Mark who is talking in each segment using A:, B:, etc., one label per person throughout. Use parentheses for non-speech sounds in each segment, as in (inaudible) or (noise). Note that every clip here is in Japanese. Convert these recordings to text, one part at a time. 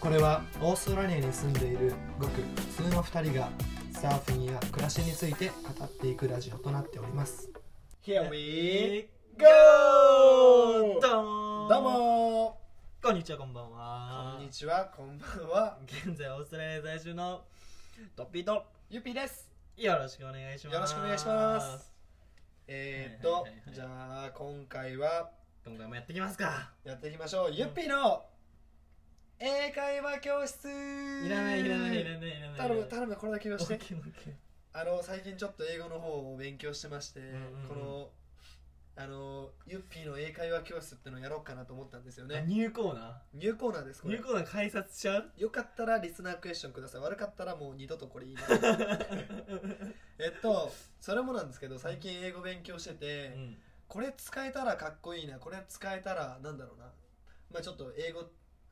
A: これはオーストラリアに住んでいるごく普通の2人がサーフィンや暮らしについて語っていくラジオとなっております
B: Here we go!
C: Go! どうも
B: どうも
C: こんにちは、こんばん
B: ー
C: は
B: こんにちは、こんばんは。
C: 現在、オーストラリア在住のトッピーと
B: ゆぴです。
C: よろしくお願いします
B: よろしくお願いしますえーっと、
C: はいはいはいはい
B: じゃあ今回は
C: 今回もやっていきますか
B: やっていきましょう。ゆっぴーの英会話教室
C: いらないいらないいらないいらない
B: 頼む、頼む、これだけ言わ
C: オ
B: し
C: ッ
B: て。
C: ケーオッケー
B: あの、最近ちょっと英語の方を勉強してまして、
C: んうん
B: この、あの、ゆっぴーの英会話教室ってのをやろうかなと思ったんですよ
C: あ
B: ね。
C: ニューコーナ
B: ニューコーナーです、
C: ー
B: こ
C: ニュ
B: れ
C: ー。コーナー改札しち
B: (laughs)
C: ゃう
B: よかったらリスナークエスチョンください。悪かったらもう二度とこれ言いません。 (laughs) えっとそれもなんですけど最近英語勉強して
C: う
B: て、
C: ん
B: これ使えたらかっこいいなこれ使えたらなんだろうなまあちょっと英語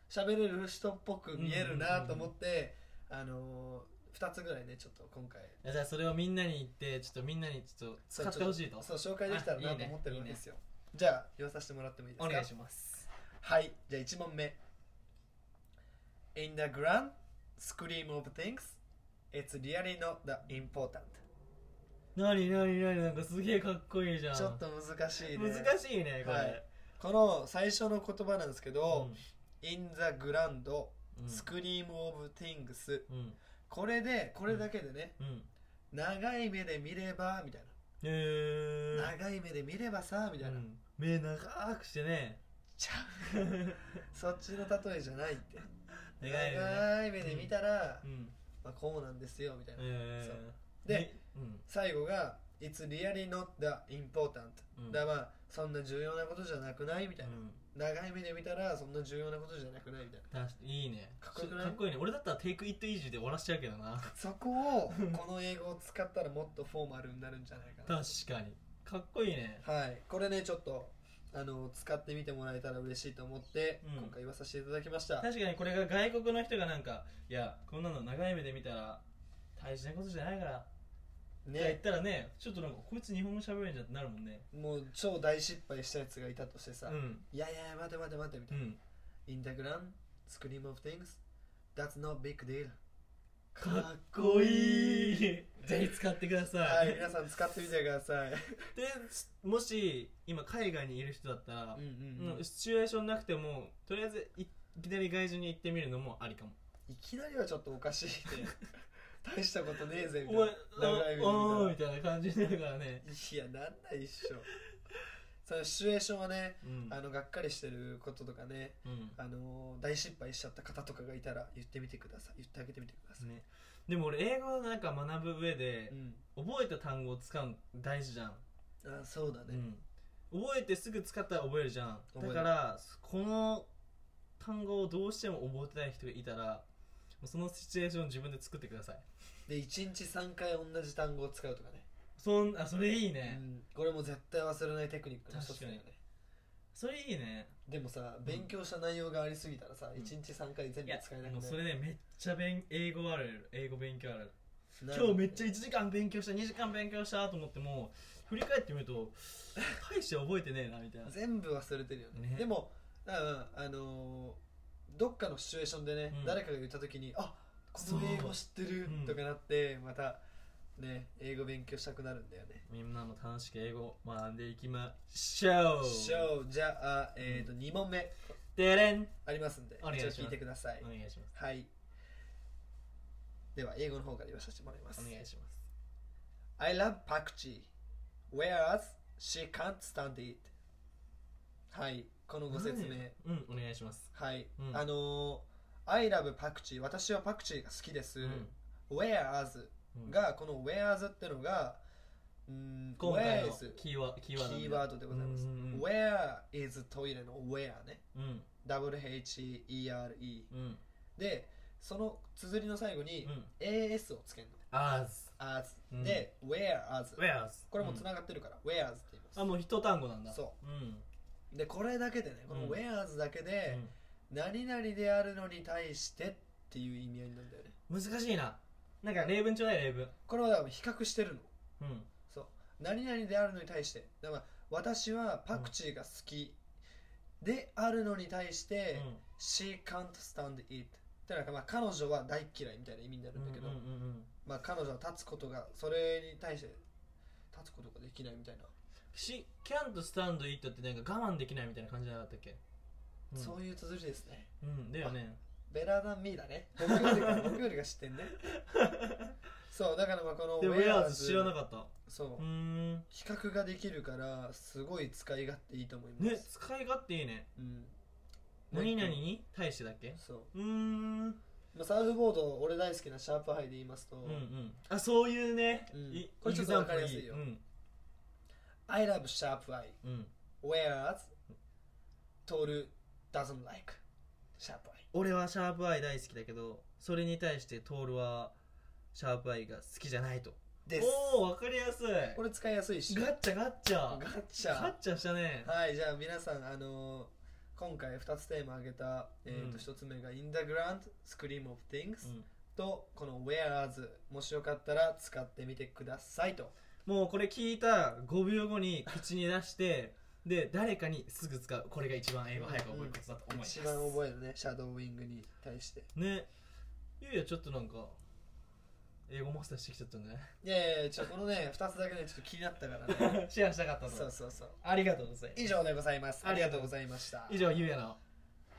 B: 喋れる人っぽく見えるなと思って、あのー、2つぐらいねちょっと今回
C: じゃあそれをみんなに言ってちょっとみんなにちょっと使ってほしいと
B: そう紹介できたら
C: あい
B: ない
C: ね
B: と思ってるんですよじゃあ言わさせてもらってもいいです
C: お
B: か
C: 願いします
B: はいじゃあ1問目 In the grand scheme of things it's really not that important
C: なになになになんかすげえかっこいいじゃん
B: ちょっと難しいね
C: 難しいねこれ、
B: はいこの最初の言葉なんですけど、
C: うん
B: In the Grand
C: うん
B: Scream of Things
C: うん
B: これでこれだけでね、
C: うん
B: 長い目で見ればみたい
C: へえ
B: な、長い目で見ればさみたいな、
C: うん目長くしてね
B: ちゃ (laughs) うそっちの例えじゃないって
C: (laughs) 長い目で
B: 長い目で見たら、
C: うん
B: まあ、こうなんですよみたいな、
C: え
B: そう
C: ー
B: で
C: ねうん
B: 最後が It's really not that important、
C: うん
B: だからまあそんな重要なことじゃなくないみたいな、
C: うん
B: 長い目で見たらそんな重要なことじゃなくないみたいな
C: 確かいいね
B: かっこよくない
C: かっこいいね俺だったらテイクイットイージーで終わらしちゃうけどな
B: そこをこの英語を使ったらもっとフォーマルになるんじゃないか
C: 確かにかっこいいね (laughs)
B: なはいこれねちょっとあの使ってみてもらえたら嬉しいと思って、
C: うん
B: 今回言わさせていただきました
C: 確かにこれが外国の人がなんかいやこんなの長い目で見たら大事なことじゃないからって言っ
B: ね
C: たらねちょっとなんかこいつ日本語喋れんじゃんってなるもんね
B: もう超大失敗したやつがいたとして
C: う
B: さ、
C: ん
B: いやいやいや待て待て待てみ
C: う
B: たいな、
C: ん
B: In the grand scream of things that's no big deal
C: かっこいい
B: かっ
C: ぜひ使ってくだ
B: こ
C: さ、
B: いいはいい皆さん使ってみてください
C: でもし今海外にいる人だったら、
B: うんうん、うん
C: うん、シチュエーションなくてもとりあえずいいきなり外人に行ってみるのもありかも
B: いきなりはちょっとおか
C: (laughs)
B: しいね大したことねえぜみ
C: お
B: たい
C: い
B: な長い目で見たら
C: おーみたいな感じだからね、
B: いやなんないっしょそのシチュエーションはね
C: うん
B: あのがっかりしてることとかね
C: うん
B: あの大失敗しちゃった方とかがいたら言ってみてください言ってあげてみてください、
C: ね、でも俺英語なんか学ぶ上で
B: う、ん
C: 覚えた単語を使うの大事じゃん、
B: あそうだ
C: う
B: ね、
C: ん、覚えてすぐ使ったら覚えるじゃん
B: 覚え
C: だ
B: る
C: からこの単語をどうしても覚えてない人がいたらもうそのシチュエーションを自分で作ってください
B: で1日3回同じ単語を使うとかね、
C: そんあそれいいうね、
B: ん、これも絶対忘れないテクニックの一つだよね
C: 確それいいね
B: でもさ勉強した内容がありすぎたらさ、
C: うん
B: 1日3回全
C: い
B: 部
C: や
B: 使えな
C: もう
B: くな
C: そ
B: る
C: れねめっちゃ勉英語あるある英語勉強あるある
B: なる
C: 今日めっちゃ1時間勉強した2時間勉強したと思っても振り返ってみると大して覚えてねえなみたいな、
B: 全部忘れてるよね
C: ね
B: でもああのーどっかのシチュエーションでね、
C: うん
B: 誰かが言った時にあこの英語知ってる
C: そ
B: と
C: う
B: かなって、またね英語勉強したくなるんだよね、
C: みんなも楽しく英語学んでいきましょう
B: ショーじゃあ、えーと
C: う
B: 2問目
C: でれん
B: ありますんで
C: お願いし
B: 一
C: ま
B: 応
C: す
B: 聞いてください
C: お、願いします
B: はいでは英語の方から言わさせてもらいます
C: お願いします
B: I love パクチー whereas she can't stand it はいこのご説明
C: うんお願いします
B: はい、
C: うん
B: あのー I love パクチー私はパクチーが好きです、
C: うん
B: whereas
C: うん
B: がこの whereas ってのがうーん
C: 今回の
B: whereas
C: キーワキ
B: キ
C: ーワード
B: ーワードでございます、
C: うんうんうん
B: where is トイレの where ね
C: うん
B: WHERE
C: うん
B: でその綴りの最後に
C: うん
B: AS をつけるの
C: as
B: as
C: うん
B: で whereas
C: whereas
B: これもつながってるから、whereas って言います
C: あもう一単語なんだ
B: そう
C: うん
B: うでこれだけでねこの
C: うん
B: whereas だけで、何々であるのに対してっていう意味合いなんだよね
C: うん難しいななんか例文ちょうだい例文
B: これはだから比較してるの
C: うん
B: そう何々であるのに対してだから私はパクチーが好きであるのに対して、
C: うん
B: She can't stand it だてなんかまあ彼女は大嫌いみたいな意味になるんだけど、
C: うんうんうんうん
B: まあ彼女は立つことがそれに対して立つことができないみたいな、
C: し、キャンとスタンドイットってなんか我慢できないみたいな感じじゃなかったっけ、うん、
B: そういう綴りですね
C: うん、だよね。
B: ベラダンミーだね僕よりか僕よりが知ってんねそうだからまあこの
C: で、ウェアーズ知ら
B: か
C: な
B: っ
C: かった。
B: たそう、
C: うーん。
B: 比較ができるからすごい使い勝手いいと思います
C: ね、使い勝手いいね。
B: うん
C: 何々に対してだっけ
B: そう、
C: うーん。
B: まあ、サーフボード俺大好きなシャープハイで言いますと、
C: うんうん。あ、そういうね。
B: うん
C: い
B: これちょっとわかりやすいよ
C: うん。
B: I love sharp eye
C: うん。
B: whereas Toru doesn't like sharp eye
C: 俺はシャープアイ大好きだけど、それに対してトールはシャープアイが好きじゃないと。
B: です
C: おお、わかりやすい。
B: これ使いやすいし
C: ガッチャガッチ
B: ガ
C: ャ。
B: ッチ
C: ガ
B: ャ
C: ッチャしたね。
B: はいじゃあ皆さんあのー今回2つテーマ挙げた、えー
C: うん
B: と1つ目が In the Grand Scream of Things、
C: うん
B: とこの Whereas もしよかったら使ってみてくださいと
C: もうこれ聞いた5秒後に口に出して、で、誰かにすぐ使う。これが一番英語早く覚えることだと思います。
B: 一番覚えるねシャドーイングに対して
C: ね。ゆうやちょっとなんか、英語マスターしてきちゃったね。
B: いやいやいやちょこのね2つだけねちょっと気になったからね
C: (laughs) シェアしたかった
B: (laughs) そう
C: の。
B: そうそう
C: ありがとうございます。
B: 以上でございますあ
C: あ
B: り
C: り
B: が
C: が
B: と
C: と
B: う
C: う
B: ございました
C: 以上、ゆうやの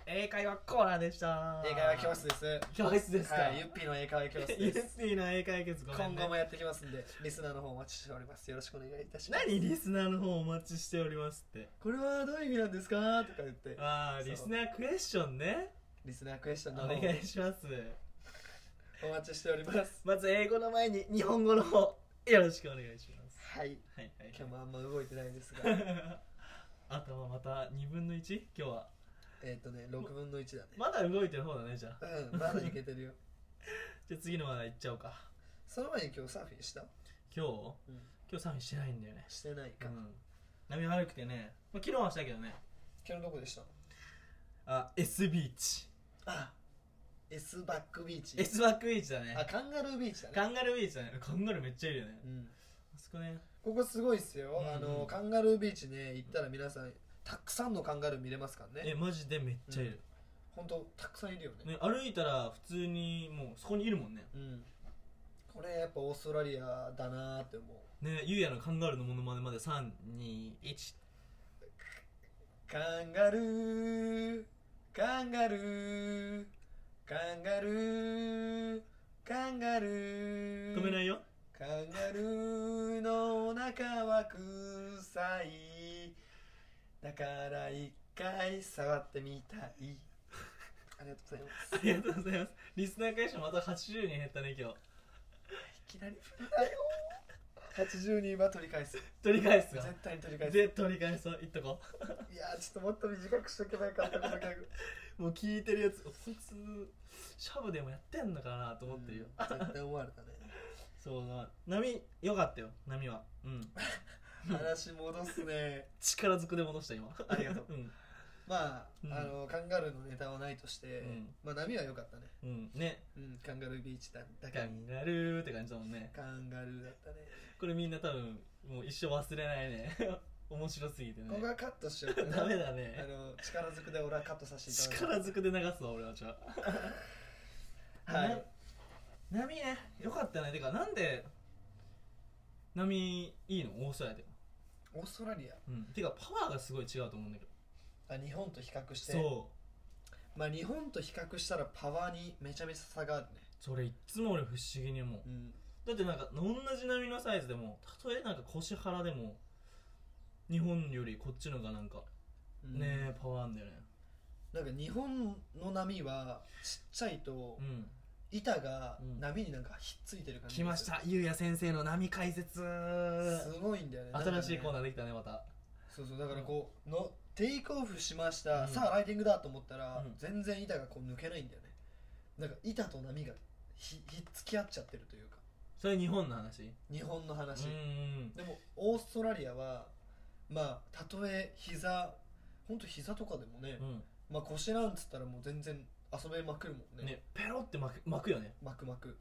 C: 英会話コーナーでした。
B: 英会話教室です
C: 教室ですか
B: はい、ユッピーの英会話教室
C: イエ
B: です
C: スティの英会話ごめん
B: 今
C: ね
B: 後もやってきますんでリスナーの方お待ちしておりますよろしくお願いいたします
C: 何リスナーの方お待ちしておりますって
B: これはどういう意味なんですかとか言って
C: ああ
B: そう
C: リスナークエスチョンね
B: リスナークエスチョンの
C: お
B: 方
C: 願いします
B: お待ちしております
C: まず英語の前に日本語の方よろしくお願いします
B: はい
C: はいはい
B: 今日もあんま動いてないんです
C: (laughs)
B: が
C: 頭また2分の 1? 今日は
B: えっとね6分の1だね
C: まだ動いてる方だねじゃあ
B: うんまだいけてるよ
C: じゃあ次の話題いっちゃおうか
B: その前に今日サーフィンした
C: 今日
B: うん
C: 今日サーフィンしてないんだよね
B: してないか、
C: うん波悪くてね、まあ、昨日はしたけどね
B: 今日どこでした
C: あ S ビー (laughs) チ
B: あ S バックビーチ
C: S バックビーチだね
B: あカンガルービーチだね
C: カンガルービーチだねカンガルーめっちゃいるよね
B: うん
C: あそこね
B: ここすごいっすよ、
C: うんうん
B: あのカンガルービーチね行ったら皆さんたくさんのカンガルー見れますから
C: え
B: ね
C: マジでめっちゃいる、
B: 本当たくさんいるよね
C: ね、歩いたら普通にもうそこにいるもんね
B: うんこれやっぱオーストラリアだなーって思う
C: ねゆうやのカンガルーのモノマネまで321
B: カンガルーカンガルーカンガルーカンガルー
C: 止めないよ
B: カンガルーのお腹は臭いだから一回触ってみたいありがとう (laughs) ございます
C: ありがとうございますリスナー会社また80人減ったね今日
B: いきなり振るなよ80人は取り (laughs) 返す
C: 取り返す
B: 絶
C: よ
B: 対に取り返す
C: で取り返そういっとこ
B: いやーちょっともっと短くしとけばよかった (laughs) このギャグ
C: うもう聞いてるやつこいつシャブでもやってんのかなと思ってるよ、
B: うん絶対思われたね
C: そうだ波良かったよ波はうん
B: 話戻すね
C: 力ずくで戻した今
B: (laughs) ありがとう
C: うん、
B: まあ、
C: うん
B: あのカンガルーのネタはないとして、
C: うん
B: まあ波は良かったね、
C: うん、ね
B: うん、カンガルービーチだだけ
C: カ
B: に
C: ンガルーって感じだもんね
B: カンガルーだったね
C: これみんな多分もう一生忘れないね (laughs) 面白すぎてね
B: ここはカットしようかな
C: (laughs) ダメだ
B: あ
C: ね
B: の力ずくで俺はカットさせていただきます
C: 力ずくで流すわ俺はじゃあ
B: はい
C: な波ねよかったねてかなんで波いいのオーストラリアで
B: オーストラリ
C: うんてかパワーがすごい違うと思うんだけど
B: アあ日本と比較して
C: そう
B: まあ日本と比較したらパワーにめちゃめちゃ差があるね
C: それいっつも俺不思議に思う
B: うん
C: だってなんか同じ波のサイズでもたとえなんか腰腹でも日本よりこっちのがなんか
B: うん
C: ねえパワーあんだよね
B: なんか日本の波はちっちゃいと
C: うん
B: 板が
C: うん
B: 波になんかひっついてる感じ
C: 来ましたゆうや先生の波解説
B: すごいんだよね
C: 新しいコーナ
B: ー
C: ーできたねまた
B: そうそうだからこうのテイクオフしました、
C: うん
B: さあライティングだと思ったら、
C: うん
B: 全然板がこう抜けないんだよねなんか板と波がひひっつき合っちゃってるというか
C: それ日本の話
B: 日本の話、
C: うん
B: でもオーストラリアはまあたとえ膝ほんと膝とかでもね、
C: うん
B: まあ腰なんつったらもう全然遊べまくるもん
C: う
B: ね
C: んねペロって巻く巻くよね
B: まくまく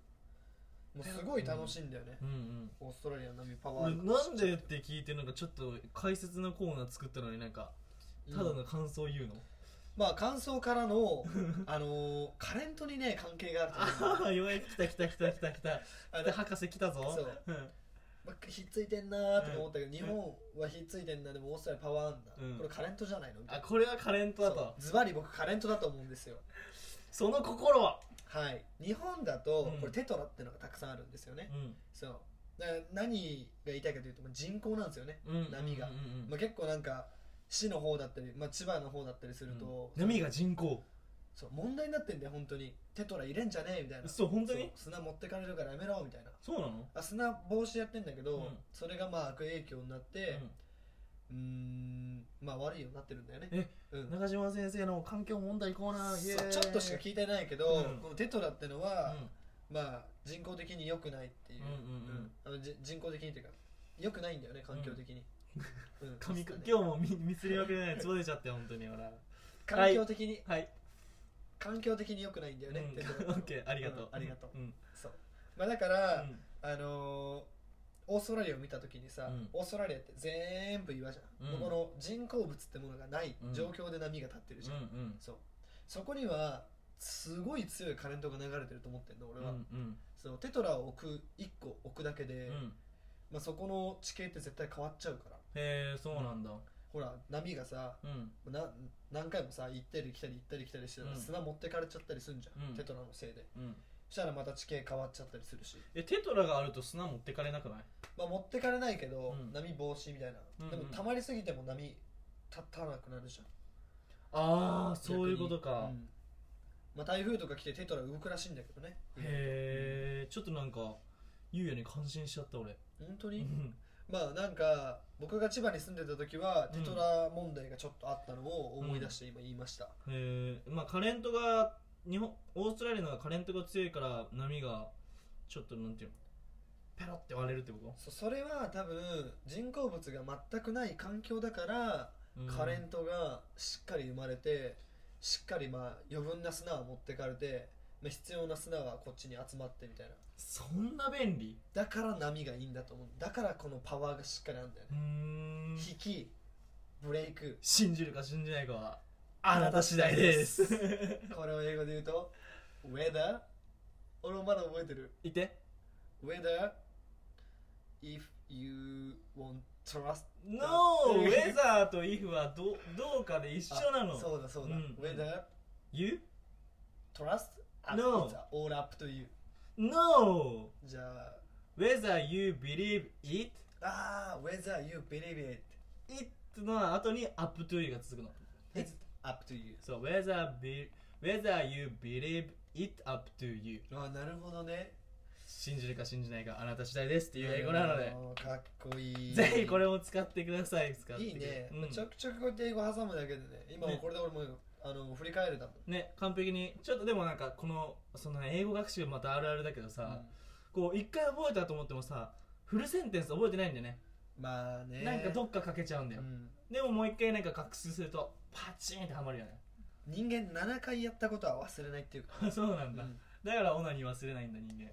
B: もうすごい楽しいんだよね
C: う、ん
B: オーストラリアの波パ
C: う
B: ワー
C: んなんでって聞いてなんかちょっと解説のコーナー作ったのになんかただ
B: うん
C: の感想言うの
B: まあ感想から
C: (laughs)
B: のあのーカレントにね関係があると思うんですよ
C: あ (laughs) あようやく来た来た来た来た
B: (laughs)
C: 来た
B: あ
C: で
B: の
C: 博士来たぞ
B: そうまあ、ひっついてんなーとか思ったけど、日本はひっついてんなでもオーストラリアパワーあんだ、
C: うん
B: これカレントじゃないのみたい
C: あ
B: な
C: これはカレントだと
B: そうズバリ僕カレントだと思うんですよ
C: その心は
B: はい日本だと
C: うん
B: これテトラってのがたくさんあるんですよね、
C: うん
B: そうだから何が言いたいかというとまあ人口なんですよね、
C: うん
B: 波が
C: うんうんうん
B: まあ、結構なんか市の方だったり、まあ、千葉の方だったりすると、
C: 波が人口
B: そう問題になってんだよ本当にテトラ入れんじゃねえみたいな
C: そう本当に
B: そう砂持ってかれるからやめろみたいな
C: そうなの
B: あ砂防止やってんだけど、
C: うん
B: それがまあ悪影響になって
C: うん
B: うーんまあ悪いようになってるんだよね
C: え
B: うん
C: 中島先生の環境問題コーナーイエ
B: そう
C: ーイ
B: ちょっとしか聞いてないけど、
C: うん
B: このテトラってのは、
C: う
B: まあ人工的に良くないっていう,
C: うんうんうん
B: あのじ人工的にというか良くないんだよね環境的に、うん
C: ん神か
B: そうだね
C: 今日も見見すりまくれないつぼ出ちゃって本当にほら
B: 環境的に、
C: はい
B: 環境的に良くないんだよ (laughs)
C: う
B: ね、
C: ん
B: テトラっての
C: (laughs) オ
B: は
C: ッケーありがとうん
B: ありがとう、
C: うん
B: そうまあだか
C: う
B: ら、
C: ん
B: あのーオーストラリアを見た時にさ、
C: うん
B: オーストラリアって全部岩じゃん、
C: うん
B: この人工物ってものがない
C: うん
B: 状況で波が立ってるじゃん、
C: うん
B: そうそこにはすごい強いカレントが流れてると思ってんの俺
C: うんう
B: は、
C: んうん
B: そのテトラを置く1個置くだけで、
C: うん
B: まあ、そこの地形って絶対変わっちゃうから
C: へえそうなんだ
B: ほら波がさ
C: うんうん
B: な何回もさ行ったり来たり行ったり来たりしてたら
C: うん
B: 砂持ってかれちゃったりするんじゃん、
C: うん
B: テトラのせいで
C: うん
B: そしたらまた地形変わっちゃったりするし、
C: えテトラがあると砂持ってかれなくない
B: まあ、持ってかれないけど、
C: うん
B: 波防止みたいな、
C: うんうん
B: でも溜まりすぎても波立たなくなるじゃん
C: ああ
B: 逆に
C: そういうことか、
B: うんまあ、台風とか来てテトラ動くらしいんだけどね
C: へえちょっとなんかゆうやに感心しちゃった俺
B: 本当
C: う
B: に、
C: ん
B: まあなんか僕が千葉に住んでた時は
C: う
B: テ
C: ん
B: トラ問題がちょっとあったのを思い出して今言いました、
C: へえまあカレントが日本オーストラリアの方がカレントが強いから波がちょっとなんていうのペロって割れるってこ
B: そそれは多分人工物が全くない環境だから
C: と、うん
B: カレントがしっかり生まれてしっかりまあ余分な砂は持ってかれてまあ必要な砂はこっちに集まってみたいな
C: そんな便利
B: だから波がいいんだと思うだからこのパワーがしっかりあるんだよ
C: う
B: ね
C: ー、ん
B: 引きブレイク
C: 信じるか信じないかはあなた次第です
B: これを英語で言うと「Whether」俺もまだ覚えてる
C: いて
B: whether if you want trust
C: No! ウェザーとイフはどどうかで一緒なの
B: あそうだそうだ、
C: うん
B: whether
C: You?
B: trust and
C: No.
B: it's all up to you
C: No!
B: じゃあ
C: Whether you believe it
B: あー whether you believe it
C: it の後に up to you が続くの
B: it's up to you
C: そう whether, be, whether you believe it up to you
B: あーなるほどね
C: 信じるか信じないかあなた次第ですっていう英語なので
B: あーかっこいい
C: ぜひこれも使ってください使って
B: いいね、
C: うん
B: ちょくちょくこうやって英語挟むだけでね今も
C: ね
B: これで俺も、あの振り返れたもん
C: ね完璧にちょっとでもなんかこのその英語学習またあるあるだけどさ、こう一回覚えたと思ってもさフルセンテンス覚えてないんだよね、
B: うんまあね
C: なんかどっか欠けちゃうんだ
B: う
C: よ、
B: ん
C: でももう一回なんか学習するとパチンってハマるよね (laughs)
B: 人間7回やったことは忘れないっていうか、
C: そうな
B: うん
C: だ、
B: ん
C: だからオナニー忘れないんだ人間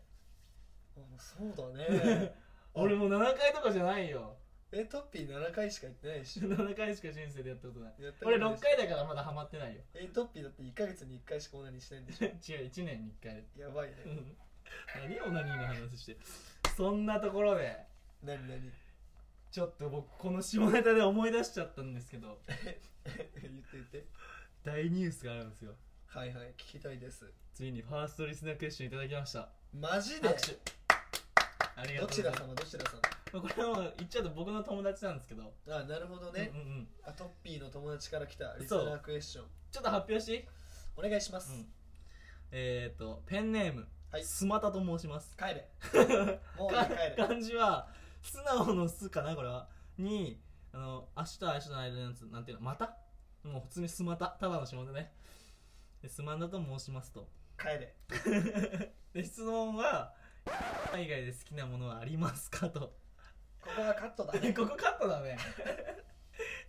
B: あそうだ
C: (laughs)
B: ね
C: 俺もう7回とかじゃないよ
B: えトッピー7回しか行ってないでしょ
C: 7回しか人生でやったことない
B: やったことな
C: 俺
B: いでしょ
C: 6回だからまだハマってないよ
B: えトッピーだって1ヶ月に1回しかオナニーしないんでし
C: 違う1年に1回
B: ょやばいね
C: うん何オナニーの話してそんなところで
B: 何 (laughs) 何
C: ちょっと僕この下ネタで思い出しちゃったんですけど
B: 言って言って
C: 大ニュースがあるんですよ
B: はいはい聞きたいです
C: ついにファーストリスナークエスチョンいただきました
B: マジで
C: 拍手ありが
B: ど
C: とうご
B: ち
C: ざい
B: ら
C: ます
B: 様どちら
C: まあこれはもう言っちゃうと僕の友達なんですけど
B: 様あなるほどね
C: う、んうんうん
B: あトッピーの友達から来たリス
C: そう
B: ナークエスチョン
C: ちょっと発表していい
B: お願いします、
C: うんえっ、ー、とペンネーム、
B: はい
C: スマタと申します
B: 帰
C: (laughs)
B: れもういい帰れ
C: 漢字は素直の「す」かなこれはにあの明日明日の間のやつなんていうのまたもう普通に「すまた」ただの下でねですまんだと申しますと
B: 帰れ
C: で質問は「海外で好きなものはありますか?」と
B: ここはカットだね
C: (laughs) ここカッ
B: (laughs)
C: トだね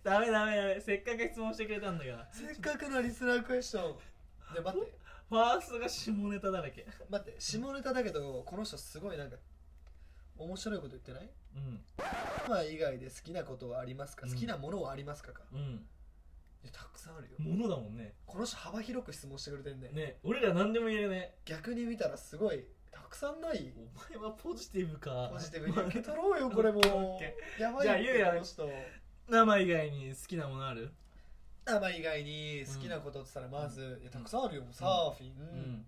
C: ダメダメダメせっかく質問してくれたんだから
B: せっかくのリスナークエスチョンで待って
C: ファーストが下ネタだらけ
B: 待って下ネタだけどこの人すごいなんか面白いこと言ってない
C: うん
B: まあ以外で好きなことはありますか、
C: うん
B: 好きなものはありますかか
C: うん
B: やたくさんあるよ
C: ものだもんね
B: この人幅広く質問してくれてんね
C: ね俺ら何でも言えるね
B: 逆に見たらすごいたくさんない
C: お前はポジティブか
B: ポジティブに受け取ろうよこれも
C: OK
B: やばい
C: じゃあ
B: って
C: ゆうや
B: この人
C: (laughs) 生以外に好きなものある
B: あまあ以外に好きなことって言ったらまず、いやたくさんあるよサーフィン、
C: うん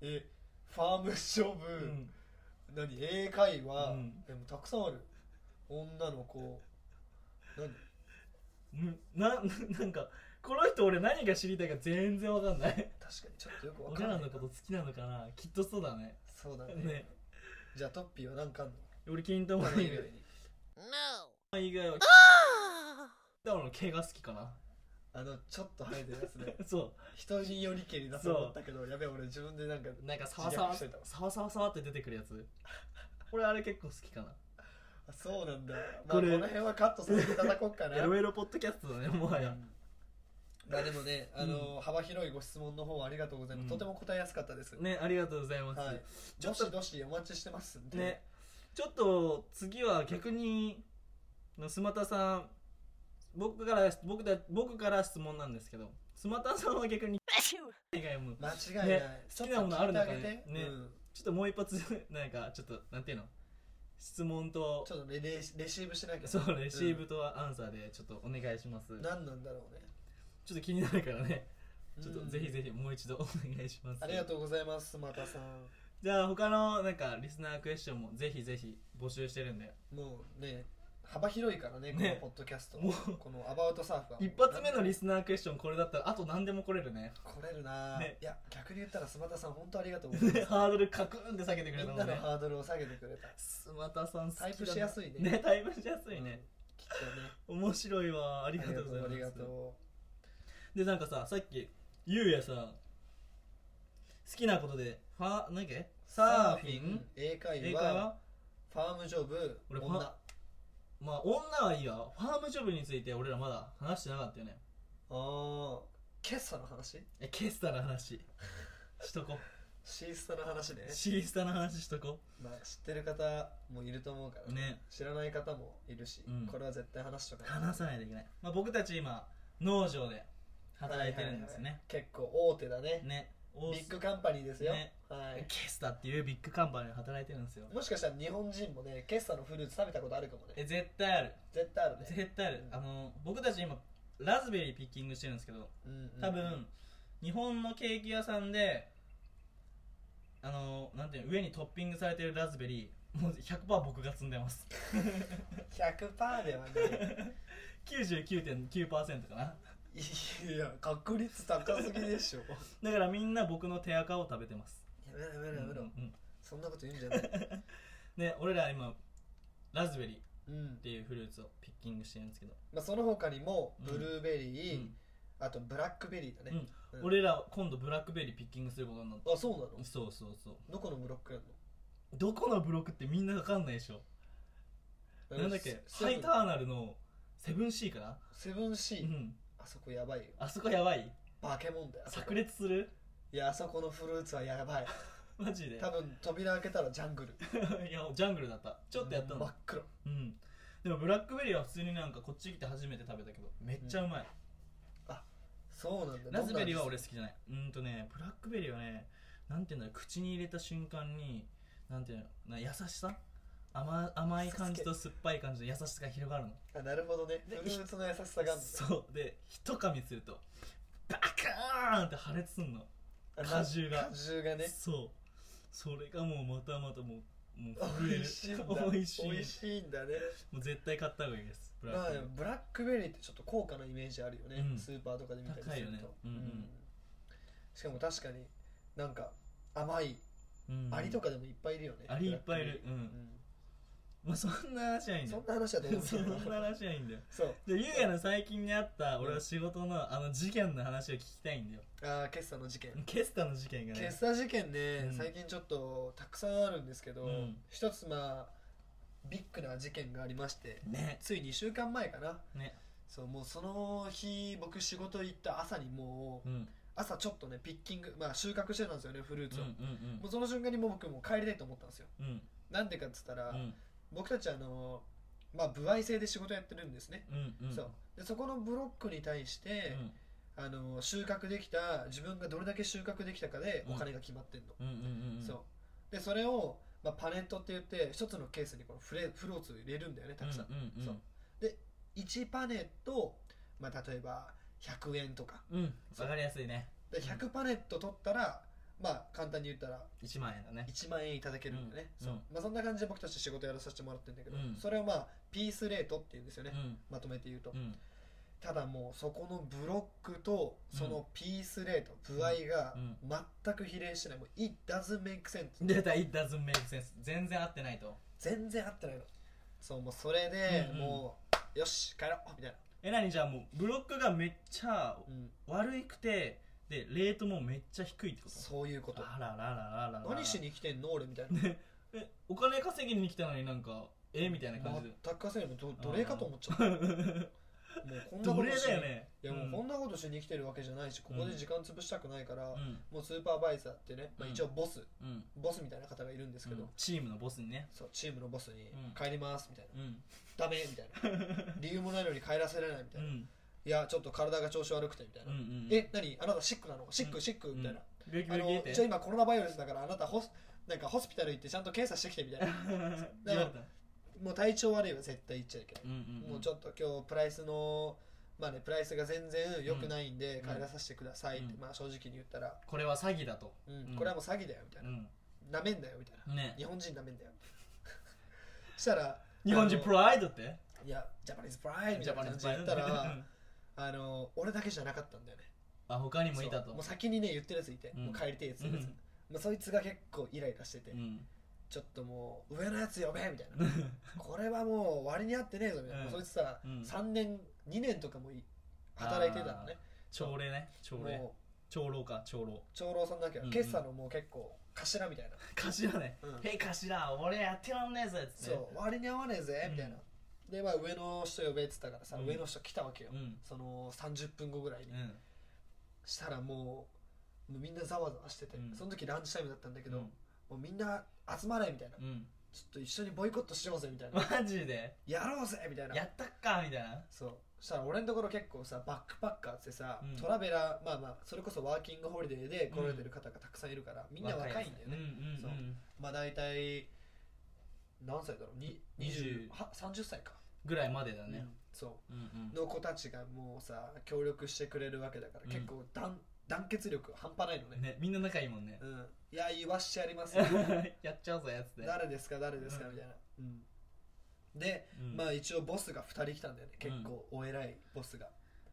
B: えファームショブ、
C: うん
B: 何英会話、
C: うん
B: でもたくさんある女の子何
C: うんななんかこの人俺何が知りたいか全然わかんない
B: 確かにちょっとよくわか
C: 俺
B: んない
C: らのこと好きなのかなきっとそうだね
B: そうだね
C: ね
B: じゃあトッピーは何かあん
C: (laughs)
B: の
C: 俺金玉
B: 他の以外
C: 以
B: に
C: 外以外は金玉の毛が好きかな (laughs)
B: あのちょっと生えてるやつね
C: そ
B: 人によりけりだと思ったけどやべえ俺自分でなんか
C: うなんかサワサワ
B: 自虐してたわ
C: サワサワサワって出てくるやつ俺あれ結構好きかな
B: あそうなんだ、まあ、こ
C: これ
B: の辺はカットさせていただこうかな
C: エロエロポッドキャストだねもはや
B: まあでもね、あの幅広いご質問の方ありがとうございます、
C: うん
B: とても答えやすかったです、
C: ねありがとうございます、
B: はい、
C: ち
B: ど
C: ょっと
B: しどしお待ちしてますんで、
C: ねちょっと次は逆にスマタさん僕から僕だ僕から質問なんですけどスマタさんは逆に以外も
B: 間違いない、
C: ね
B: ちょっ
C: 好きなものある
B: と聞い
C: 中
B: て
C: で
B: あげて
C: ね
B: うん、
C: ちょっともう一発なんかちょっとなんていうの質問と
B: ちょっとねレシレシーブしなきゃ
C: そうレシーブとアンサーでちょっとお願いします、
B: うん
C: ちょ
B: 何なんだろうね
C: っと気になるからねちょっ
B: う
C: と
B: ん
C: ぜひぜひもう一度お願いします
B: ありがとうございますまたさん
C: じゃあ他のなんかリスナークエスチョンもぜひぜひ募集してるんで
B: もうね幅広いからね
C: ね
B: このポッドキャスト、
C: もう
B: このアバウトサーファー
C: 一発目のリスナークエスチョンこれだったらあと何でも来れるね
B: 来れるな、
C: ね
B: いや逆に言ったらスマタさん本当ありがとうございます
C: (laughs) ハードルカクンって下げてく
B: み
C: れた
B: ん
C: も
B: なんの
C: ね
B: ハードルを下げてくれた
C: スマタさん好きだ
B: タ
C: な
B: イプしやすいね
C: ねタイプしやすいね、
B: きっとね
C: 面白いわあ
B: あ
C: りがとうございます
B: ありがと
C: でなんかささっきゆうやさ好きなことでファ何だっけ
B: う
C: サーフィン
B: 英
C: 英
B: 会
C: 会
B: 話
C: 話
B: ファームジョブ
C: 俺ファ
B: 女
C: まあ女はいいわファームジョブについて俺らまだ話してなかったよね
B: あー今朝の話
C: えケスタの話
B: (laughs)
C: しとこ
B: シースタの話ね、
C: シースタの話しとこ
B: まあ、知ってる方もいると思うから、
C: ね
B: 知らない方もいるし、
C: うん
B: これは絶対話しとかない
C: 話さないといけない、まあ、僕たち今農場で働いてるんですよ
B: はいはいは
C: ね
B: い結構大手だね
C: ね
B: ビ
C: 大
B: ッグカンパニーですよ、
C: ね
B: はい、
C: ケスタっていうビッグカンパニーで働いてるんですよ
B: もしかしたら日本人もね決算のフルーツ食べたことあるかもね
C: え絶対ある
B: 絶対あるね
C: 絶対ある、
B: うん
C: あの僕たち今ラズベリーピッキングしてるんですけど
B: うんうん
C: 多分、日本のケーキ屋さんであのなんていうの上にトッピングされてるラズベリーもう100%僕が積んでます
B: 100%ではね
C: 99.9%かない
B: や確率高すぎでしょ
C: だからみんな僕の手垢を食べてます
B: やめろやめろ
C: うん
B: やめろ、
C: うん
B: そんなこと言うんじゃない
C: で俺ら今ラズベリーっ
B: うん
C: ていうフルーツをピッキングしてるんですけど、
B: まあ、その他にも
C: うん
B: ブルーベリ
C: う
B: ー、
C: ん
B: あとブラックベリーだね、うん
C: 俺ら今度ブラックベリーピッキングすることになった
B: あそうなの
C: そうそうそう
B: どこのブロックやんの
C: どこのブロックってみんなわかんないでしょなんだっけ
B: セ
C: ハ
B: ブン
C: イターナルのセブンシーかな
B: セブン
C: う
B: C、
C: ん
B: あそこやばいよ
C: あそこやばい
B: バケモンだよあそこ
C: 炸裂する
B: いやあそこのフルーツはやばい
C: マジでい
B: 多分扉開けたらジャングル
C: やジャングルだったちょっとやった
B: 真
C: の
B: っ黒
C: うんでもブラックベリーは普通になんかこっち来て初めて食べたけどめっちゃうまい、
B: そうなんだ
C: ラズベリーは
B: どんな味
C: 俺好きじゃないうんとねブラックベリーはねなんていうんだろう口に入れた瞬間になんていうのな優しさ甘甘い感じと酸っぱい感じの優しさが広がるの
B: すあなるほどねフ
C: で
B: ルーツの優しさがあるんだ
C: そうで一噛みするとバカーンって破裂すんの
B: あな
C: 果汁が
B: 果汁がね
C: そうそれがもうまたまたもうもう
B: 美味しいんだ
C: (laughs) 美味しい
B: 美味しいんだね
C: もう絶対買った方がいいですブラ
B: まあ
C: ック
B: で
C: ベリ
B: もブラックベリーってちょっと高価なイメージあるよね、
C: うん
B: スーパーとかで見たりすると
C: 高いよねうんうん
B: しかも確かになんか甘い
C: ーうん
B: アリとかでもいっぱいいるよね
C: アリいっぱいいる
B: ブラックベリー
C: うまあそんな話はいい
B: うんん
C: だ
B: そん
C: よ
B: な話はどう
C: (laughs) そ
B: で
C: ん
B: もいいけど
C: な話はいいんだよ
B: そう
C: でゆうやの最近にあった俺は仕事のあの事件の話を聞きたいんだよ
B: ああ決算の事件
C: ケスタの事件がね
B: 決算事件ね、
C: うん
B: 最近ちょっとたくさんあるんですけど、
C: うん
B: 一つまあビッグな事件がありまして
C: ね
B: つい2週間前かな
C: ね
B: そうもうその日僕仕事行った朝にもう
C: うん
B: 朝ちょっとねピッキングまあ収穫してたんですよねフルー
C: うん
B: ツを、
C: うん
B: もうその瞬間にもう僕もう帰りたいと思ったんですよ
C: うん
B: なんでかっつったら、
C: うん
B: 僕たちあのまあ、部合制で仕事やってるんですね、
C: うんうん
B: そうでそこのブロックに対して、あの収穫できた自分がどれだけ収穫できたかでお金が決まってんの、
C: うんうんうんうん
B: そうでそれを、まあ、パレットって言って一つのケースにこのフレフローツを入れるんだよねたくさん、
C: うんうんうん
B: そう1パネット、まあ、例えば100円とか
C: うんわかりやすいね
B: で100パネット取ったら、まあ簡単に言ったら
C: 1万円だね
B: 1万円いただけるんだよね、
C: うん
B: そう
C: うん
B: まあ、そんな感じで僕たち仕事やらさせてもらってるんだけど、
C: うん
B: それをまあピースレートっていうんですよね、
C: うん
B: まとめて言うと、
C: うん
B: ただもうそこのブロックとそのピースレート、部合が
C: うん
B: 全く比例しないもう It doesn't make sense
C: 出た It doesn't make sense 全然合ってないと
B: 全然合ってないのそうもうそれで、
C: うんうん
B: もうよし帰ろうみたいな、
C: えなにじゃあもうブロックがめっちゃ
B: うん、
C: 悪いくてでレートもめっちゃ低いってこと
B: そういうこと
C: あらららららら
B: 何しに来てんの俺みたいな
C: ねえお金稼ぎに来たのになんかえみたいな感じで
B: 全く稼いでもど奴隷かと思っちゃったもう
C: 奴
B: こんなこと
C: 隷
B: し
C: だ
B: に
C: よね
B: いやもうこ
C: ん
B: んなことしに来てるわけじゃないしここで時間潰したくないから、
C: うん
B: もうスーパーバイザーってね、まあ、
C: うん
B: 一応ボス、
C: うん
B: ボスみたいな方がいるんですけど、
C: うんチームのボスにね
B: そうチームのボスに
C: う
B: 「
C: ん
B: 帰ります」みたいな
C: うん
B: 「ダメ」みたいな
C: (laughs)
B: 理由もないのに帰らせられないみた
C: う
B: いな「い
C: ん
B: やちょっと体が調子悪くて」みたい
C: うんう
B: な「
C: ん
B: え何あなたシックなのシック、
C: うん
B: シック」みたいな、
C: 病気
B: あ
C: 病
B: の
C: 気っ
B: じゃあ
C: て (laughs)
B: 今コロナバイオレンスだからあなたホスなんかホスピタル行ってちゃんと検査してきてみたいな
C: 言われた
B: もう体調悪いは絶対行っちゃいけない、
C: うんうんうん
B: もうちょっと今日プライスのまあねプライスが全然良くないんで
C: うん
B: 帰らさせてくださいって、
C: うん
B: まあ正直に言ったら、
C: これは詐欺だと
B: うん
C: うん
B: これはもう詐欺だよみたいうな、
C: ん
B: なめんなよみたいな
C: ね
B: 日本人なめんだよしたら
C: 日本人
B: あの
C: プライドって
B: いやジャパニーズプライドみたいな感じで言ったらあの俺だけじゃなかったんだよね
C: (laughs) あ他にもいた
B: そ
C: と
B: うもう先にね言ってるやついて、
C: うん
B: もう帰りてえやつ
C: う
B: いるやつ、
C: ん
B: まあ、そいつが結構イライラしてて、
C: うん
B: ちょっともう上のやつ呼べみたいなこれはもう割に合ってねえぞみたいな、
C: うん
B: そいつさ、
C: うん
B: 3年2年とかもい働いてたのね
C: (laughs) 朝礼ね朝礼
B: も
C: 長老か長老
B: う長老さんだけ
C: うん
B: ど、
C: うん
B: 決算のもう結構 (laughs) 頭みたいな、
C: 頭ね
B: うん
C: (laughs) 「へい頭俺やってらんねえぜ」っつって
B: そう割に合わねえぜみたいな、でまあ上の人呼べっつったからさ、
C: うん
B: 上の人来たわけよ、
C: うん
B: その30分後ぐらいに、
C: うん
B: したらもうもうみんなざわざわしてて、
C: うん
B: その時ランチタイムだったんだけ
C: け
B: ど、もうみんな集まれみたいな、
C: う
B: ちょ
C: ん
B: っと一緒にボイコットしようぜみたいな
C: マジで
B: やろうぜみたいな
C: やったっかみたいな
B: そうしたら俺のところ結構さバックパッカーってさ、
C: うん
B: トラベラーまあまあそれこそワーキングホリデーで来られてる方がたくさんいるから、みんな若いんだよね、
C: うんうんうん
B: まあ大体何歳だろうに20
C: 20
B: は30歳か、
C: ぐらいまでだね
B: そ
C: うんうん
B: うの子たちがもうさ協力してくれるわけだから、
C: うん
B: 結構団団結力半端ないのね
C: ねみんな仲いいもんね
B: (laughs) うんいや言わしてやり
C: (laughs)
B: ますよ
C: やっちゃうぞやつで
B: 誰ですか誰ですか、
C: うん
B: みたいな、うんで、
C: うん
B: まあ一応ボスが2人来たんだよね結構お偉いボスが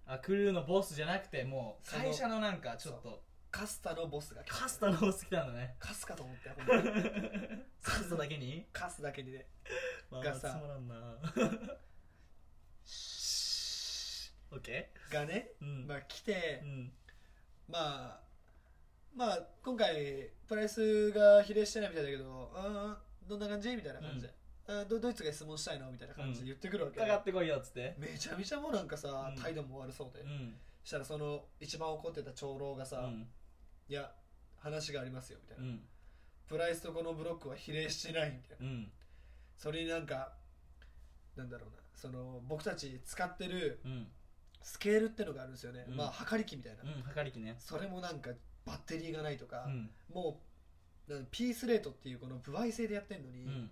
C: あクルーのボスじゃなくてもう
B: その
C: 会社のなんかちょっと
B: カスタのボスが来た
C: カスタのボス来た
B: (laughs)
C: んだね
B: カスかと思ったよほん
C: (laughs)
B: とに
C: カスタだけに
B: カスだけにね
C: まあ
B: がさ
C: つまらんなオッケ
B: がね、
C: ーうん
B: まあ、来て
C: う、ん
B: まあまあ今回プライスが比例してないみたいだけどあーどんな感じみたいな感じで、あーどドイツが質問したいのみたいな感じで言ってくるわけ、
C: かかってこいよっつって
B: めちゃめちゃもうなんかさ、
C: うん
B: 態度も悪そうで、
C: うん
B: したらその一番怒ってた長老が
C: う
B: さ、
C: ん
B: いや話がありますよみたいうな、
C: ん
B: プライスとこのブロックは比例してないみたいな
C: うん
B: それになんかなんだろうなその僕たち使ってる
C: うん
B: スケールってのがあるんですよね、
C: うん
B: まあ測り機みたいな、
C: うん測り機ね
B: それもなんかバッテリーがないとか
C: う、ん
B: もうなんピースレートっていうこの部合制でやってんの
C: う
B: に、
C: ん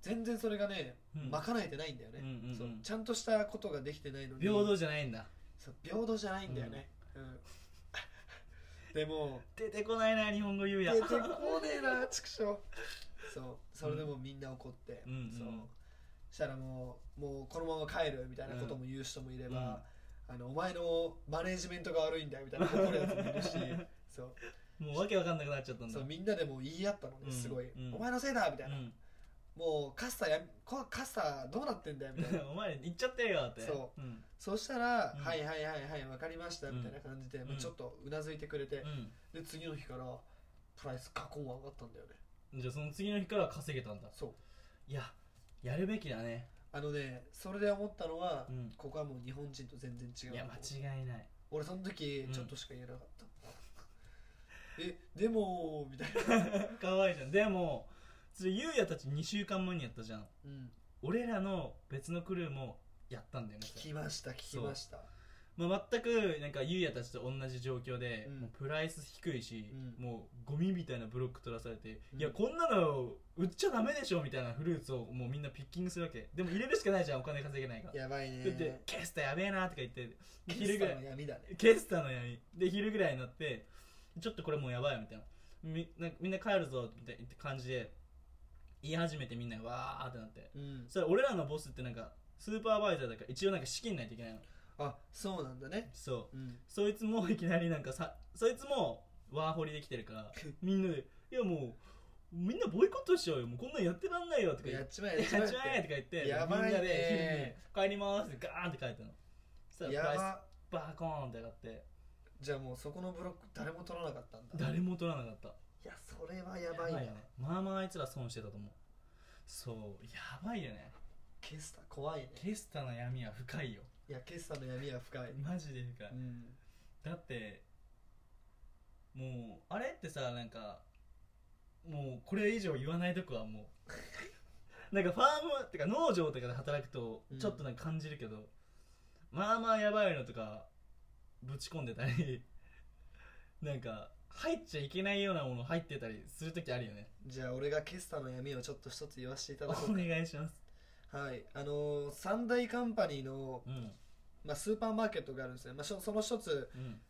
B: 全然それがね
C: うん
B: 賄えてないんだよ
C: う
B: ね、
C: んうん
B: そううんちゃんとしたことができてないのに
C: 平等じゃないんだ
B: そう平等じゃないんだよね、うん (laughs) でも
C: 出てこないな日本語言う
B: 出
C: や
B: てこねえな畜生そうそれでもうみんな怒って、
C: うんうん
B: そうしたらもうもうこのまま帰るみたいなことも言う人もいれば、あのお前のマネジメントが悪いんだよみたいな怒るやつもいるしそう
C: (laughs) もうわけわかんなくなっちゃったんだ
B: そうみんなでもう言い合ったのねすごい、
C: うんうん
B: お前のせいだみたいな、
C: うん
B: もうカッサやこカッサどうなってんだよみたいな
C: (laughs) お前行っちゃってよって
B: そ
C: うん
B: そしたら、
C: うん
B: はいはいはいはい分かりました
C: うん
B: みたいな感じで、ま
C: う
B: あ、
C: ん
B: ちょっとうなずいてくれて、
C: う
B: で次の日からプライス過去も上がったんだよね
C: んじゃあその次の日から稼げたんだ
B: そう
C: いややるべきだね
B: あのねそれで思ったのは、
C: うん
B: ここはもう日本人と全然違う
C: いや間違いない (laughs)
B: 俺その時
C: うん
B: ちょっとしか言えなかった、 (laughs) えでもみたいな、
C: かわいいじゃんでもそれゆうやたち2週間前にやったじゃん
B: うん、
C: 俺らの別のクルーもやったんだよねそれ
B: 聞きました聞きました
C: まあ、全くなんかゆうやたちと同じ状況で、
B: うん
C: もうプライス低いし、
B: うん
C: もうゴミみたいなブロック取らされて、
B: うん
C: いやこんなの売っちゃダメでしょみたいなフルーツをもうみんなピッキングするわけでも入れるしかないじゃんお金稼げないから、
B: やばい
C: だって
B: ね
C: ケスタやべえなとか言ってで
B: キ
C: 昼
B: ス
C: ぐ
B: タ
C: ら
B: の
C: い
B: 闇だね
C: ケスタの闇で昼ぐらいになってちょっとこれもうやばいよみたいなみなんかみんな帰るぞみたいな感じで言い始めてみんなわーってなって
B: うん
C: それ俺らのボスってなんかスーパーバイザーだから一応なんか資金ないといけないの
B: あそうなんだね
C: そ
B: う
C: う
B: ん
C: そいつもいきなりなんかさそいつもワーホリできて
B: (laughs)
C: るからみんなで「いやもうみんなボイコットしちゃうよもうこんなんやってらんないよ」とか言
B: や
C: っ
B: ってちまえ
C: 「や
B: や
C: っ
B: っ
C: ち
B: ち
C: ま
B: ま
C: え
B: え」
C: とか言って
B: やばいね
C: みんなで昼に「帰ります」ってガーンって帰ったのそ
B: って
C: したらプ
B: や
C: ライス
B: ば
C: バーコーンって上がって
B: じゃあもうそこのブロック誰も取らなかったんだ
C: 誰
B: い
C: も取らなかった
B: やそれはやばいな
C: よねまあまああいつら損してたと思うそうやばいよね
B: ケスタ怖いね
C: ケスタの闇は深いよ
B: いやケスタの闇は深い
C: マジで深い
B: うん
C: だってもうあれってさなんかもうこれ以上言わないとこはも (laughs) うなんかファームってか農場とかで働くと
B: うん
C: ちょっとなんか感じるけど、まあまあやばいのとかぶち込んでたり (laughs) なんか入っちゃいけないようなもの入ってたりする時あるよね
B: じゃあ俺がケスタの闇をちょっと一つ言わせていた
C: お
B: だこうか
C: 願いします
B: はいあのー三大カンパニーの、
C: うん
B: まあ、スーパーマーケットがあるんですね、まあ、しょその一つ
C: うん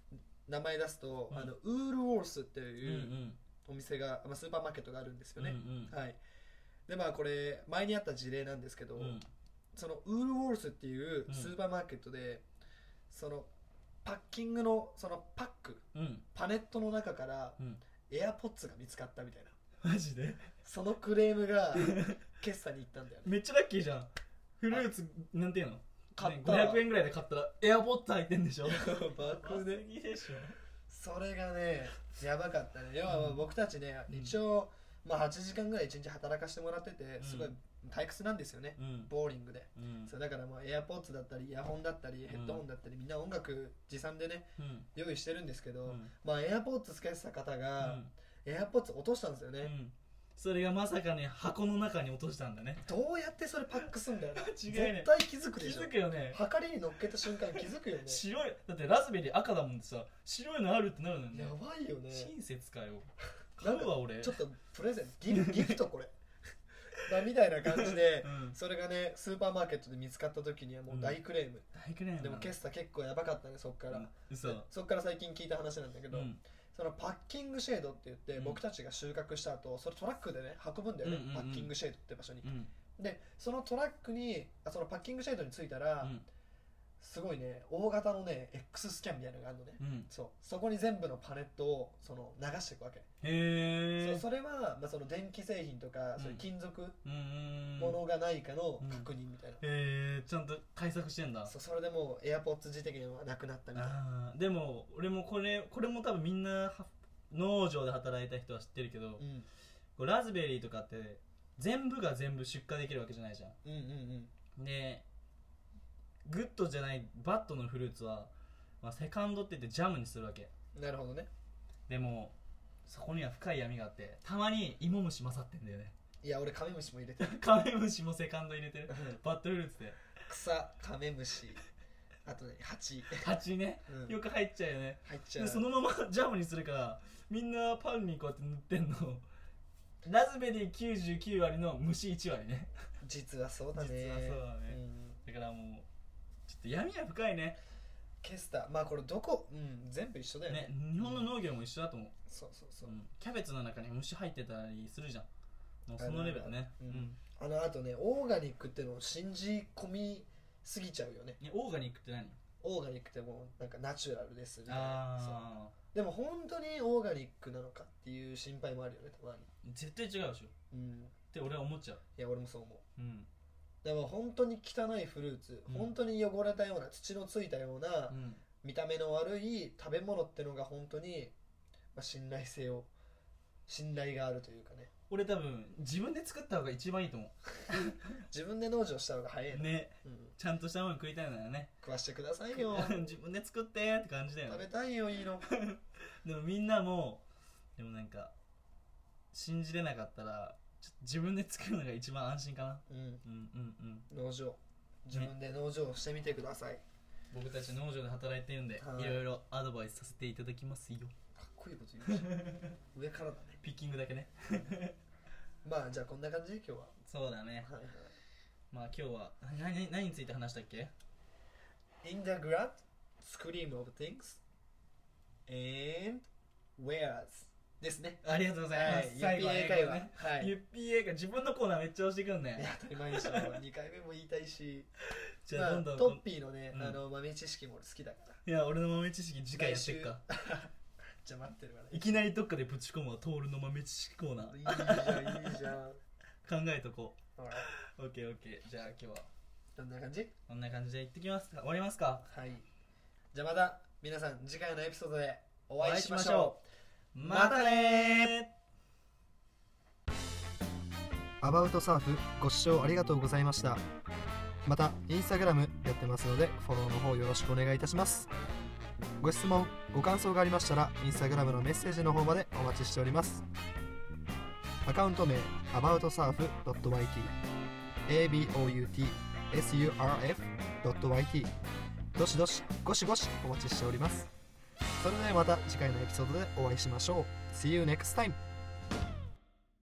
B: 名前出すと、
C: うん
B: あのウールウォースって
C: うんう
B: いうんお店が、まあ、スーパーマーケットがあるんですよね、
C: うん
B: はいでまあこれ前にあった事例なんですけど、
C: うんうん
B: そのウールウォースっていう
C: うん
B: スーパーマーケットで、そのパッキングのそのパック
C: うん
B: パネットの中から
C: うん
B: エアポッツが見つかったみたいな
C: マジで
B: そのクレーム
C: (laughs)
B: が決済に行ったんだよね
C: めっちゃラッキーじゃんフルーツなんていうの
B: 買
C: ね
B: ったわ
C: 500円ぐらいで買ったらエアポッド入ってんでしょ
B: (laughs) 爆
C: でいいでしょ
B: それがねやばかったね要は
C: うん
B: 僕たちね、
C: うん
B: 一応、まあ、8時間ぐらい1日働かせてもらってて
C: ん
B: すごい退屈なんですよね、
C: うん
B: ボーリングで、
C: うん
B: そうだからもうエアポッツだったりイヤホンだったりヘッドホンだったり、みんな音楽持参でね
C: うん
B: 用意してるんですけど、
C: うん
B: まあエアポッツつけてた方
C: う
B: が、
C: ん
B: エアポッツ落としたんですよね、
C: うんそれがまさかね箱の中に落としたんだね
B: どうやってそれパックすんだよ
C: 違いない
B: 絶対気づく
C: 気
B: でしょ
C: づくよね
B: はかりに乗っけた瞬間気づ
C: (laughs)
B: くよね
C: 白いだってラズベリー赤だもんでさ白いのあるってなるのよね
B: やばいよね
C: 親切かよ買
B: なんか
C: うわ俺
B: ちょっとプレゼントギフギフトこれ (laughs) まあみたいな感じで
C: うん
B: それがねスーパーマーケットで見つかった時にはもう大クレーム、
C: 大くらいな
B: でもケスタ結構やばかったねそっから、
C: うん嘘
B: でそっから最近聞いた話なんだけ
C: う
B: ど、
C: ん
B: そのパッキングシェードって言って、
C: うん
B: 僕たちが収穫した後それトラックでね運ぶんだよね、
C: うんうんうん
B: パッキングシェードって場所に
C: う、ん
B: でそのトラックにあそのパッキングシェードに着いたら、
C: うん
B: すごいね大型のね X スキャンみたいなのがあるのね、
C: うん
B: そうそこに全部のパネットをその流していくわけ、
C: へえ
B: そうそれは、まあ、その電気製品とか、
C: うん
B: そういう金属
C: うんうんうん
B: 物がないかの
C: うん
B: 確認みたいな、
C: へえちゃんと対策してんだ
B: そうそれでもう AirPods 自体はなくなったみたいな
C: あーでも俺もこれこれも多分みんなは農場で働いた人は知ってるけど、
B: うん
C: こうラズベリーとかって全部が全部出荷できるわけじゃないじゃ
B: うんうん
C: んでグッドじゃないバットのフルーツは、まあ、セカンドって言ってジャムにするわけ
B: うんなるほどね
C: でもそこには深い闇があってたまに芋虫混ざってんだよね (laughs)
B: いや俺カメムシも入れてる
C: カメムシもセカンド入れてるバットフルーツで
B: 草カメムシあとね蜂、
C: 蜂ね
B: うん
C: よく入っちゃうよね
B: 入っちゃ
C: で
B: う
C: そのま (laughs) まジャムにするからみんなパンにこうやって塗ってんのラズベリー99割の虫1割ね
B: 実はそうだね
C: 実はそうだね
B: うん
C: だからもうちょっと闇は深いね
B: ケスタまあこれどこ、うん、全部一緒だよね
C: ね日本の農業も一緒だと思う、
B: そうそうそう、
C: うんキャベツの中に虫入ってたりするじゃんもうそのレベルね
B: う
C: うんん、
B: あのあとねオーガニックってのを信じ込みすぎちゃうよね
C: ねオーガニックって何
B: オーガニックってもうなんかナチュラルですみたいなそう
C: ああ
B: でも本当にオーガニックなのかっていう心配もあるよねたま
C: 絶対違うでしょっ
B: にうん
C: て俺は思っちゃう
B: いや俺もそう思う
C: うん
B: でも本当に汚いフルーツ、
C: うん
B: 本当に汚れたような土のついたような、
C: うん
B: 見た目の悪い食べ物ってのが本当に、まあ、信頼性を信頼があるというかね
C: 俺多分自分で作った方が一番いいと思
B: 自分で農場した方が早いうな、
C: ね
B: うん、
C: ちゃんとしたもの食いたいならね
B: 食わしてください
C: (laughs)
B: よ
C: 自分で作ってって感じだよね
B: 食べたいよいいの
C: でもみんなもでもなんか信じれなかったらちょっと自分で作るのが一番安心かな
B: うん
C: うんうんうん
B: 農場自分で農場をしてみてください
C: 僕たち農場で働いてるんで
B: はい
C: いろいろアドバイスさせていただきますよ
B: かっこいいこと言うし上
C: (laughs)
B: からだね
C: ピッキングだけね
B: まあじゃあこんな感じで今日は
C: そうだね
B: はいは
C: まあ今日は何何何について話したっけ
B: い In the grand scream of things and whereas ですね
C: ありがとうございます、
B: はい、
C: 最後は
B: UPA
C: 英語
B: 会
C: で
B: 話
C: ね
B: はい
C: ゆっぴー映画自分のコーナーめっちゃ押してくん
B: い
C: ね
B: や当たり前でしょ2回目も言いたいし
C: じゃあどん
B: ま
C: ど
B: あ、
C: ん
B: トッピーのね、
C: うん
B: あの豆知識も俺好きだから
C: いや俺の豆知識次回やってっか
B: じゃあ待ってるから
C: いきなりどっかでぶち込むわトールの豆知識コーナー
B: いいじゃんいいじゃん
C: 考えとこ
B: ほら
C: うオッケーオッケーじゃあ今日は
B: どんな感じ
C: こんな感じで行ってきますか終わりますか
B: はいじゃあまた皆さん次回のエピソードでお会いしまし
C: お会いしましょ
B: ょ
C: う
B: う
C: またねー
A: アバウトサーフご視聴ありがとうございましたまたインスタグラムやってますのでフォローの方よろしくお願いいたしますご質問ご感想がありましたらインスタグラムのメッセージの方までお待ちしておりますアカウント名 aboutsurf.yt aboutsurf.yt どしどしごしごしお待ちしておりますそれではまた次回のエピソードでお会いしましょう See you next time!